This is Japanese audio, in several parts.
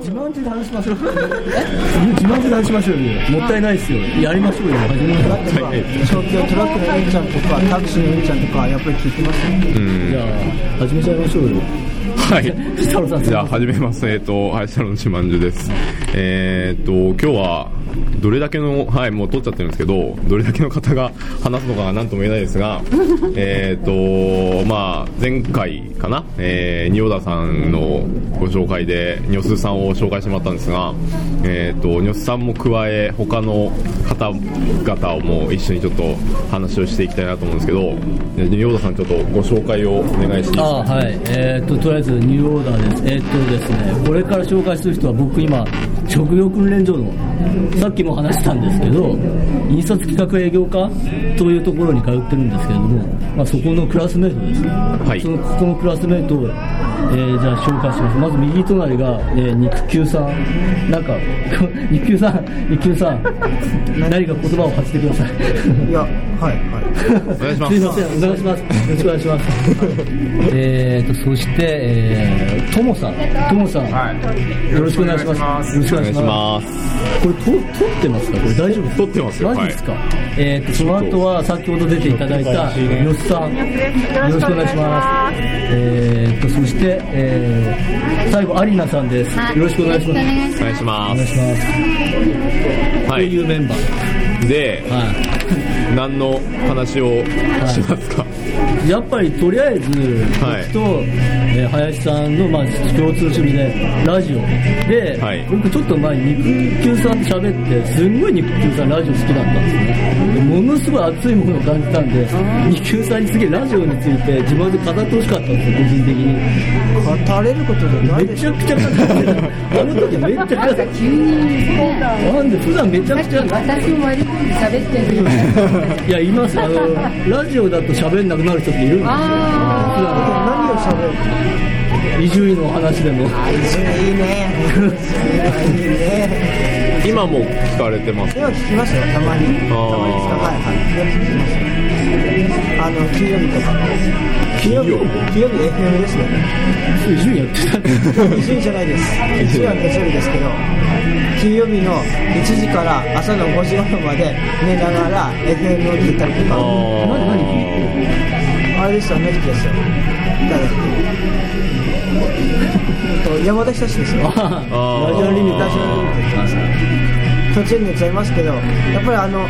自慢自談しましょう。自慢自談しましょうよ。もったいないですよ。やりましょうよ。始めトラックとか、正気はトラックのうんちゃんとか、タクシーのうんちゃんとか、やっぱり聞いてますね。じゃあ始めちゃいましょうよ。はい。北野さん。じゃあ始めます。えっ、と、はい、シャロンチマンジュです。えっ、と、今日は、どれだけの、はい、もう取っちゃってるんですけど、どれだけの方が話すのかなんとも言えないですが、えっと、まあ、前回かな、えー、仁王田さんのご紹介で、ニョスさんを紹介してもらったんですが、えっと、ニョスさんも加え、他の方々をも一緒にちょっと話をしていきたいなと思うんですけど、仁王田さん、ちょっとご紹介をお願いしていいですあか。はい、えー、ととりあえずニューオーダーです、えーとですね、これから紹介する人は僕、今、職業訓練所の、さっきも話したんですけど、印刷企画営業課というところに通ってるんですけれども、まあ、そこのクラスメートですね、いそのここのクラスメートを、えーじゃあ紹介します、まず右隣が、えー肉球さん、なんか、肉球さん、肉球さん、何か言葉を発してください。いや、はい、はお願いしますすい。ません、お願いします。よろしくお願いします。えーと、そして、えー、ともさん。ともさん。よろしくお願いします。よろしくおお願い願いししまます。す。これ、と、撮ってますかこれ大丈夫です撮ってますよマジですか、えーと、その後は、先ほど出ていただいた、よっさん。よろしくお願いします。えーと、そして、えー、最後、アリナさんです。よろしくお願いします。おお願いしま願いす。します。はといい。うメンバー。で、はい。何の話をしますか。やっぱりとりあえず、はい僕と、えー林さんの、まあ、共通趣味でラジオで、はい僕ちょっと前肉球さんと喋ってすんごい肉球さんラジオ好きだったんですねでものすごい熱いものを感じたんで肉球さんにすげえラジオについて自分で語ってほしかったんですよ個人的にい。語れることじゃないめでしちょ。ゃくちゃ語ってたあの時めっちゃ語って急にたなんで普段めちゃくちゃ私も割り込んで喋っているやいますあのラジオだと喋んなくなる人っているんですよ普段何を喋る伊集院のお話でもいいね。いいね。今も聞かれてます。今聞きますよ、たまに。たまにですか、はい、はい。あの、金曜日とか。金曜日金曜日 FM ですね。伊集院やってたんで1位じゃないです1位は月曜日ですけど金曜日の1時から朝の5時頃まで寝ながら FM を聞いたりとあかーあれですよ同じくですよ誰だっけえっと山田久志ですよあーラジオリミッラジオに出てます途中に寝ちゃいますけどやっぱりあの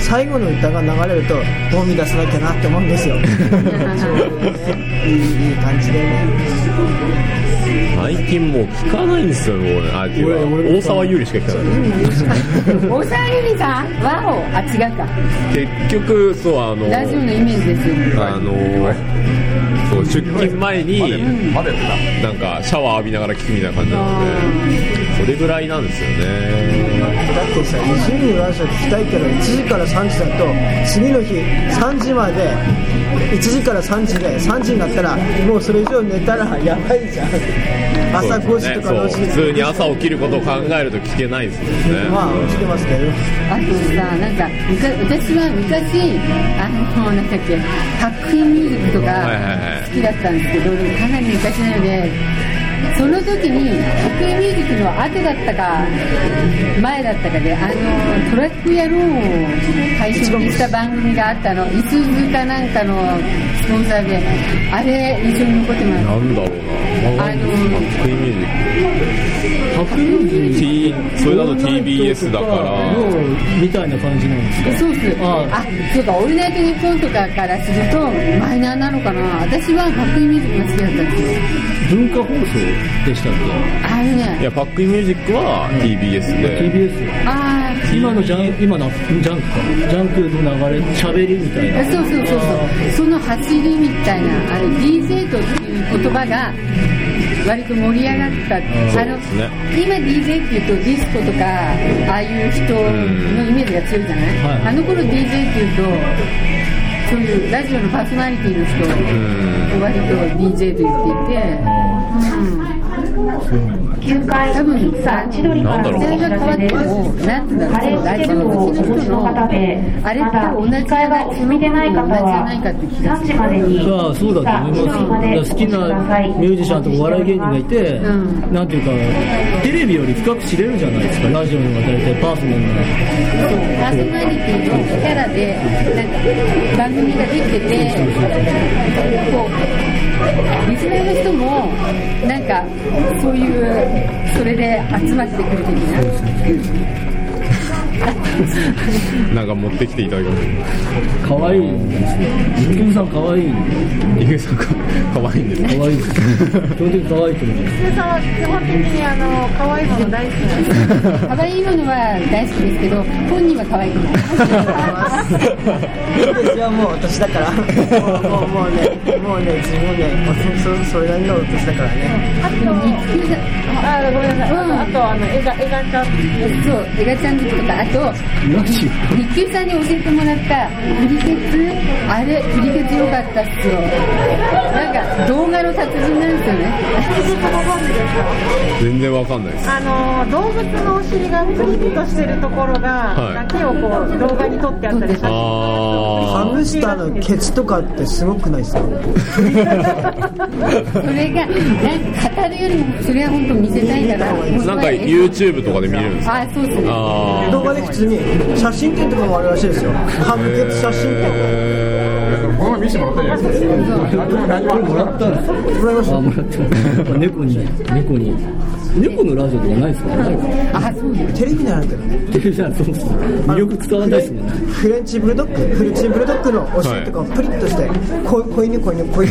最後の歌が流れるとどう見出さなきゃなって思うんですよいいいい感じでね最近もう聞かないんですよ。俺、あ、違う。大沢優里しか聞かない。大沢ゆりさんワオあ違うか結局、そう、あの。ラジオのイメージですよあのそう出勤前になんかシャワー浴びながら聞くみたいな感じなのでそれぐらいなんですよねだってさ、伊集院のラジオ聞きたいけど、1時から3時だと、次の日、3時まで、1時から3時で、3時になったら、もうそれ以上寝たらやばいじゃん、朝5時とかそう4です時ねそう普通に朝起きることを考えると聞けないですもんねまあ、起きてますけど、あとさなんかむか私は昔あのなんだっけハックインミュージックとかいはいはい好きだったんですけど、でもかなり昔なのでその時にハックインミュージックの後だったか前だったかであのトラック野郎を配信した番組があったのいつずかなんかのスポンサーであれ印象に残ってますなんだろうなあのクイミュージッ白人ク T それだと TBS だからみたいな感じなんですかそうっすああそうか「オールナイトニッポン」とかからするとマイナーなのかな私は白衣ミュージックが好きだったんですよ文化放送でしたっあのいねやパックインミュージックは TBS けで TBS ああ今のジャン今のジャンクかジャンクの流れ喋りみたいなそうそうそうそうその走りみたいなあれ DJ とっていう言葉が割と盛り上がったあのね今 DJ っていうとディスコとかああいう人のイメージが強いじゃない、はいあの頃 DJ っていうとそういうラジオのパーソナリティの人を割と DJ と言っていて、 9階多分さ、千鳥からのお知全然変わらっせでてす。も、なんていうんだカレろう、ーラシジテオムをのお聞持ちきの人のの、方で、あれっまてた同じ1階がお済みでない方同じじゃはないかって気、がす3時るまでに、まあそうだと思いますまでよ好きなミュージシャンとかお笑い芸人がいて、うなんていうかテレビより深く知れるじゃないですかラジオの方が大体パーソナルなパーソナリティのキャラで、なんか番組ができてて、こう、リスナーの人も、なんか、そういう、それで集まってくる的な。なんか持ってきていただきまし可愛いんですよゆきみさん可愛いた井口さんか可愛いんです可愛いです基本的に可愛いと思いますさんは基本的にあの可愛いもの大好きなんです。可愛いものは大好きですけど、本人は可愛くない。私はもう私だからもうもうもうねもうね自分ねもうそそれなりの私だからねあ育休だと、あごめんなさうい。んあとあのエガエガちゃん。そう、エガちゃんの時とか、あと、日給さんに教えてもらった、プリケツ、あれ、プリケツ良かったっすよ。なんか、動画の達人なんですよね。全然わかんないですあの動物のお尻がプリッとしてるところが、はいだけをこう動画に撮ってあったりしたり。ハあムスターのケツとかってすごくないですかそれが、なんか語るよりも、それは本当見せたいから。ーなんか YouTube とかで見れるんですかあ、そうですね。あ動画で普通に写真展とかもあるらしいですよハムケツ写真展えこの前見せてもらったじゃないですか。何も何もらったんですよ。もらいましあもらってます猫に猫に猫のラジオとかないですかないかあ、そうです。たテレビならんけどねテレビじゃそうです魅力伝わらないですもんねフレンチブルドッグフレンチブルドッグのお尻とかをプリッとして、こい、子犬子犬子犬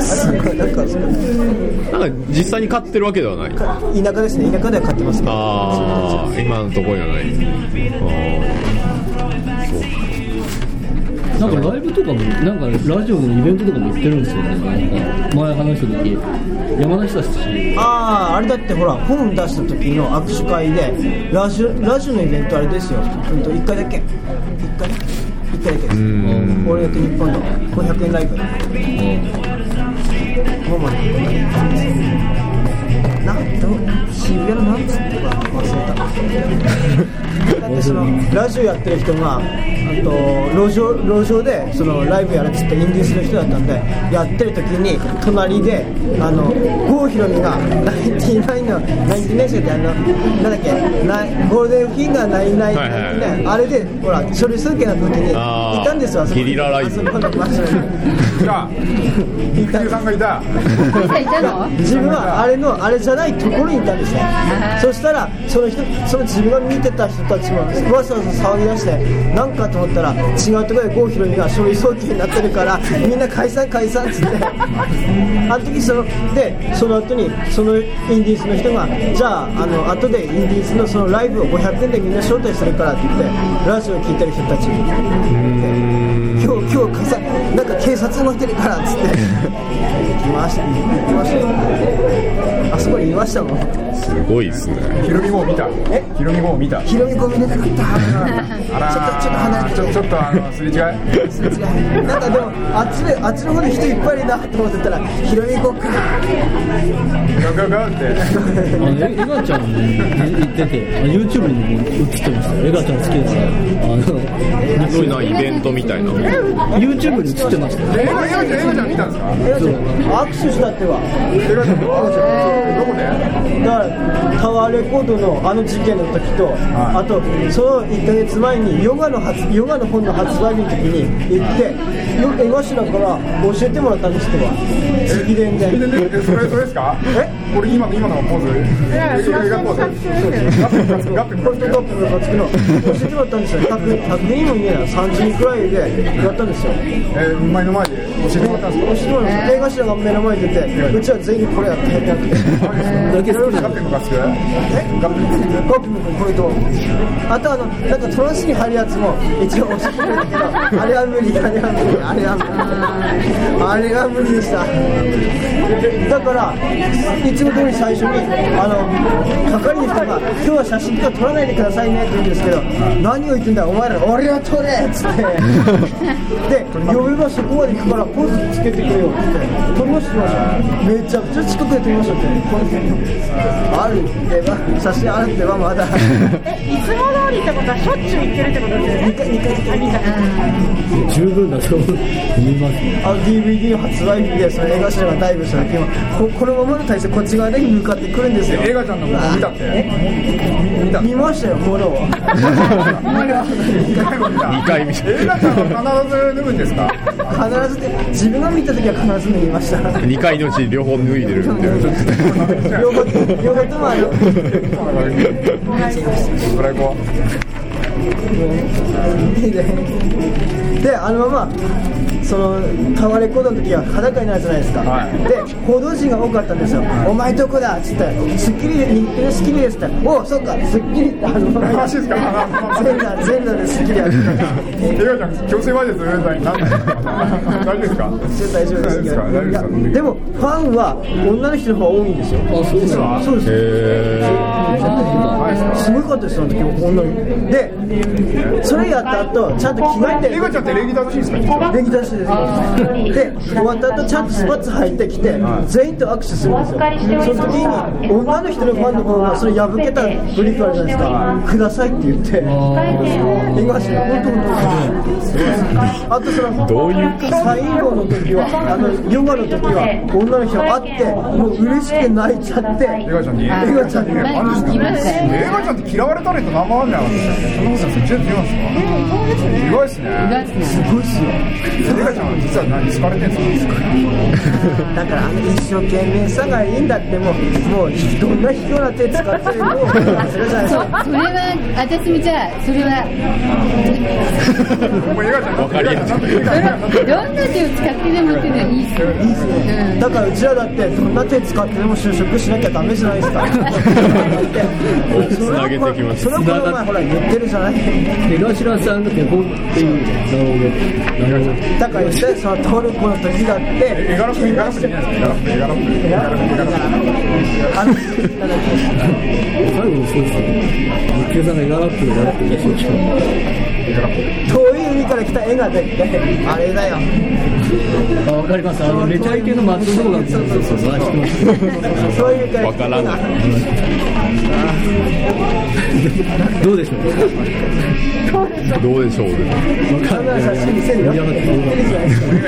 すごいなんかーなんか実際に飼ってるわけではない田舎ですね田舎では飼ってますねああ今のところじゃないなんかライブとかも、なんかラジオのイベントとかも行ってるんですよね、なんか前話した時山梨だし、あああれだってほら本出した時の握手会でラジオラジオのイベントあれですよ、うん、と1回だけ1回だけ1回だけですん俺だけ日本の500円ライブもうまなんどう渋谷のなんつってか忘れただってそのラジオやってる人があと路上路上でそのライブやるっつってインディーする人だったんでやってる時に隣であの郷ひろみが99の99生ってあのなんだっけナイゴールデンフィンガー99、ナイはいはいはいあれでほら処理数件の時にいあーたんですよあそこにゲリラライブあそこの場所にじゃあ、一級さんがいた。あいたの自分はあれのあれじゃないところにいたんですよそしたらその人その自分が見てた人たちもわざわざ騒ぎ出してなんかと思ったら違うところで郷ひろみが書類送検になってるからみんな解散解散っつってあの時そのでその後にそのインディーズの人がじゃああの後でインディーズのそのライブを500円でみんな招待するからって言ってラジオを聴いてる人たちにで今日今日解散なんか警察もいてるからっつって行きました行きましたあそこにいましたもんすごいですねひろみ号見た。え、ひろみ号見た。ひろみ込みなかったあらー、ちょっと離れてちょちょっとあのすれ違い。なんかでもあっちであっちの方に人いっぱいいるなと思ってたらひろみこかガガガって。あのエガちゃんも行ってて、あ YouTube にも映ってましたよ、エガちゃん好きだから、すごいなイベントみたいなあの YouTube に映ってましたよ、え、エガちゃんエガちゃん見たんですか。えらちゃん握手したってはエガちゃんどこどこで？だからタワーレコードのあの事件の時と、あとその1ヶ月前にヨガの発ヨガの本の発売日の時に行ってよく江頭から教えてもらったんですけど直伝見てでね、それそれですか？え、これ今の今のポーズ。え、それがポーズ。ガップガップポルトカップのつくの教えてもらったんですよ100 100人もいねえな30人くらいでやったんですよえ、前の前で教えてもらったん教えですてもらったんですよ江頭が目の前に出てうちは全員これやってやってやってか。ガップムカつく？え、ガップムポップもこれとあとあのなんかトランスに貼るやつも一応教えてくれたけどあれは無理あれは無理あれは無理あれは無理でしただからいつも通り最初にあの係の人が「今日は写真とか撮らないでくださいね」って言うんですけど「何を言ってんだお前ら俺を撮れ!」っつってで呼べばそこまで行くからポーズつけてくれよって撮りました撮りましためちゃくちゃ近くで撮りましたってあるってば写真あるってばまだえ、いつも通りってことはしょっちゅう行ってるってことですよね。 2回2回あ、見た。十分だと思いますあの DVD 発売日でその映画賞がダイブした時もここのままの体勢こっち側だけ向かってくるんですよ映画ちゃんのもの見たって見た見ましたよものを2回 も見た二回見た映画ちゃんは必ず脱ぐんです か必ず自分が見た時は必ず見ました二回のうち両方脱いでるっていう両方両方ともあのそれこであのままそのタワーレコードの時は裸になるじゃないですか、はいで報道陣が多かったんですよ「お前どこだ?」っつって「スッキリで日テレスッキリです」って「おうそっかスッキリ」ってあのうマジですか全裸全裸でスッキリやってた映画ちゃん強制わいですよ大丈夫ですか大丈夫ですけ大丈夫どですかいやでもファンは女の人の方が多いんですよあそうなんだそうですえすごかったですその時女のでそれやった後ちゃんと着替えて映画ちゃんって礼儀正しいんですかできたしですで終わった後ちゃんとスパッツ履いてきて全員と握手するんですよその時に女の人のファンの方がそれ破けたブリックあるじゃないですかくださいって言って言いましたよ本当本当あとそのどういう最後の時はあのヨガの時は女の人会ってもう嬉しくて泣いちゃって映画ちゃんに映画ちゃんに映画行きましたよちゃんって嫌われタレントナンバーワンじゃなかったですよそんなことないですよ意外ですね意外ですすねごいっすよ映画ちゃんは実は何好かれてるんですかだからあの一生懸命さがいいんだってもうもうどんな卑怯な手使ってるのをするじゃないですそうかそれは私もじゃあそれはもう映画ちゃんわかりやすいそれはどんな手を使ってでもっていうのはいいですよいいっすねだからうちらだってどんな手使ってでも就職しなきゃダメじゃないですかおつなげてきましたそれをこの前ほら言ってるじゃない江頭さんの手本っていうなるほどなるほどだから実際そのトルコの時だって映画ラップ映画ラップじゃないですか映画ラップ映画ラップ映画ラップあのなんだっけ最後にそうですね日経さんがイララップでやってた瞬間遠い海から来た絵が出てあれだよあわかりますあのめちゃイケの松尾がそうそうそうそうそういうからわ来たか絵らがないどうでしょうどうでしょうねわかんない写真見せるよ盛り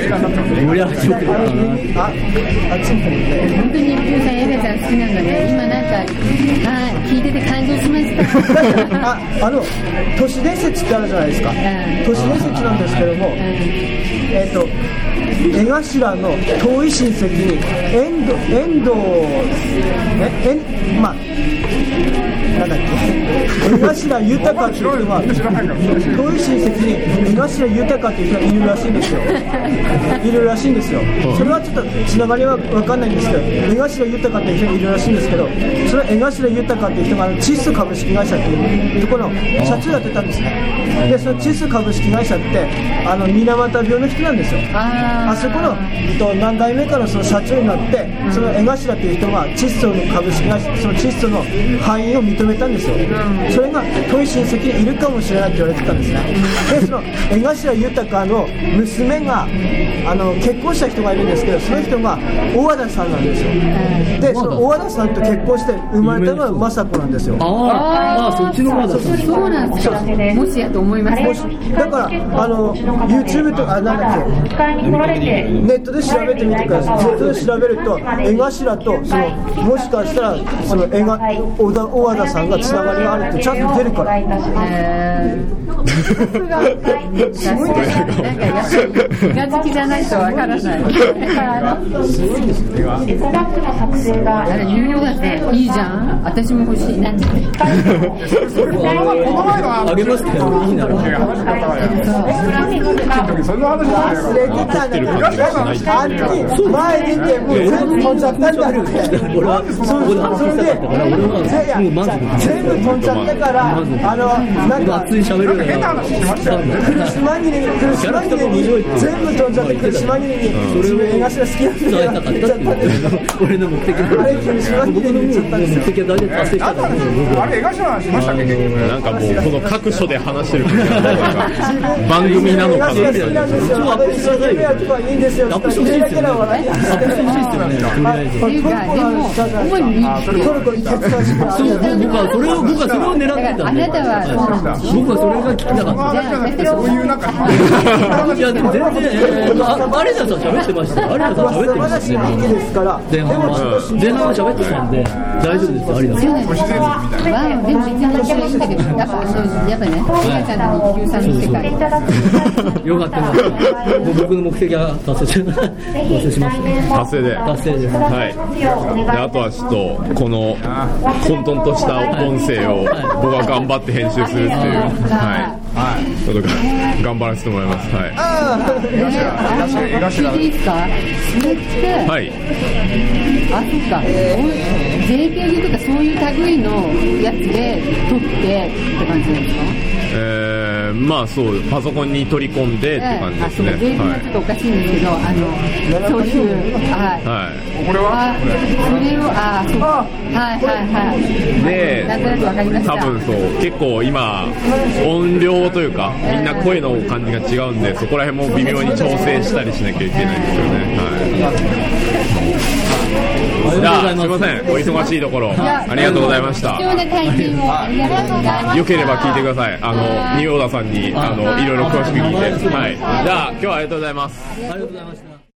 上がって盛り上がってよかったなってああっちに行って本当にゆうさんエガちゃん好きなんだね今なんかあー聞いてて感動しました ああの都市伝説ってあるじゃないですか、都市伝説なんですけども、えっ、と江頭の遠い親戚に遠藤遠藤え遠まあなんだっけ江頭豊っていう人は知らないから遠い親戚に江頭豊っていう人がいるらしいんですよいるらしいんですよそれはちょっとつながりは分かんないんですけど江頭豊っていう人がいるらしいんですけどその江頭豊っていう人があのチッス株式会社っていうところの社長やってたんですねでそのチッス株式会社ってあの水俣病の人なんですよああそこの、えっと、何代目かのその社長になって、その江頭っていう人が窒素の株式会社その窒素の範囲を認めたんですよ、それが遠い親戚にいるかもしれないって言われてたんですねでその江頭豊の娘があの結婚した人がいるんですけどその人が大和田さんなんですよでその大和田さんと結婚して生まれたのは雅子なんですよあーあーそっちの方だったんですそうなんですかもしやと思いましただからあの YouTube とかあなんだっけ使いに来られてネットで調べてみてください。ネットで調べると、江頭と、その、もしかしたら、その、江が、小田、小和田さんがつながりがあるってちゃんと出るから。お願いいたしますえーすごいねなんかやっぱり画好きじゃないとわからないだからあの、エコバッグの作成があれ有料だねいいじゃん私も欲しいなんて言ってそれこの前この前のあげますけど、いいなら。いや話し方がやそんな話じゃ忘ないれよてたんだけど、感じがしあないっち前出て、もう全部飛んじゃったんだって。俺は、それ俺はそれ話したでかったから、俺は、もう満足。全部飛んじゃったから、あの、なんか、熱い喋るよう変なな。話しましたよね苦し紛れに、苦し紛れに、全部飛んじゃって苦し紛れに、自分映画が好き伝えなたかんっただってけいど、言っちゃったうんですよ。俺の目的あれ苦し紛れ僕のに言っちゃったんですよ目的は大体達成したから何の話あれ映画賞の話しましたっけ結局なんかもうこの各所で話してる感じがなんか番組なのかなみたいなアップしてくれとかいいんですよ。だけな笑いや。っていうかでも主に2匹トよルコに決断してそう、僕はそれを、僕はそれをだか狙ってらたあんだなよた。はそう僕はそれが聞きたかった。話じゃなくてそういうなん いかや、でも全然、えー、あアレナさん喋ってましたよ。アレナさん喋ってました話よがいいね。ですから、前半は。前半は喋ってたんで、大丈夫ですよ、アレナさん。なんですわあでもめっちゃ話がいいんだけどやっぱそうやっぱねお母ちゃんの一級さんの世界 よか ったよかった。もう僕の目的は達成し、達成しましたね。達成で達成です。はいであとはちょっとこの混沌とした音声を僕は頑張って編集するっていうはいことが頑張らせてもらいますはねあの映画聞知らいなていいですかそれって、いはいあそっか、JPEG とかそういう類のやつで撮ってって感じなんですかえーまあそうパソコンに取り込んでって感じあ、ですそうねか、ゲームはちょっとおかしいんですけど、あの、そういう、はい。はい、はいこれあ、はそれを、あ、そうか、はいはいはい。でなんとなくわかりました。多分そう結構今音量というかみんな声の感じが違うんでそこら辺も微妙に調整したりしなきゃいけないんですよねはいじゃあすいませんお忙しいところやありがとうございました貴重な体験をありがとうございました。よければ聞いてくださいあの仁王田さんにあのいろいろ詳しく聞いてはいじゃあ今日はありがとうございますありがとうございました。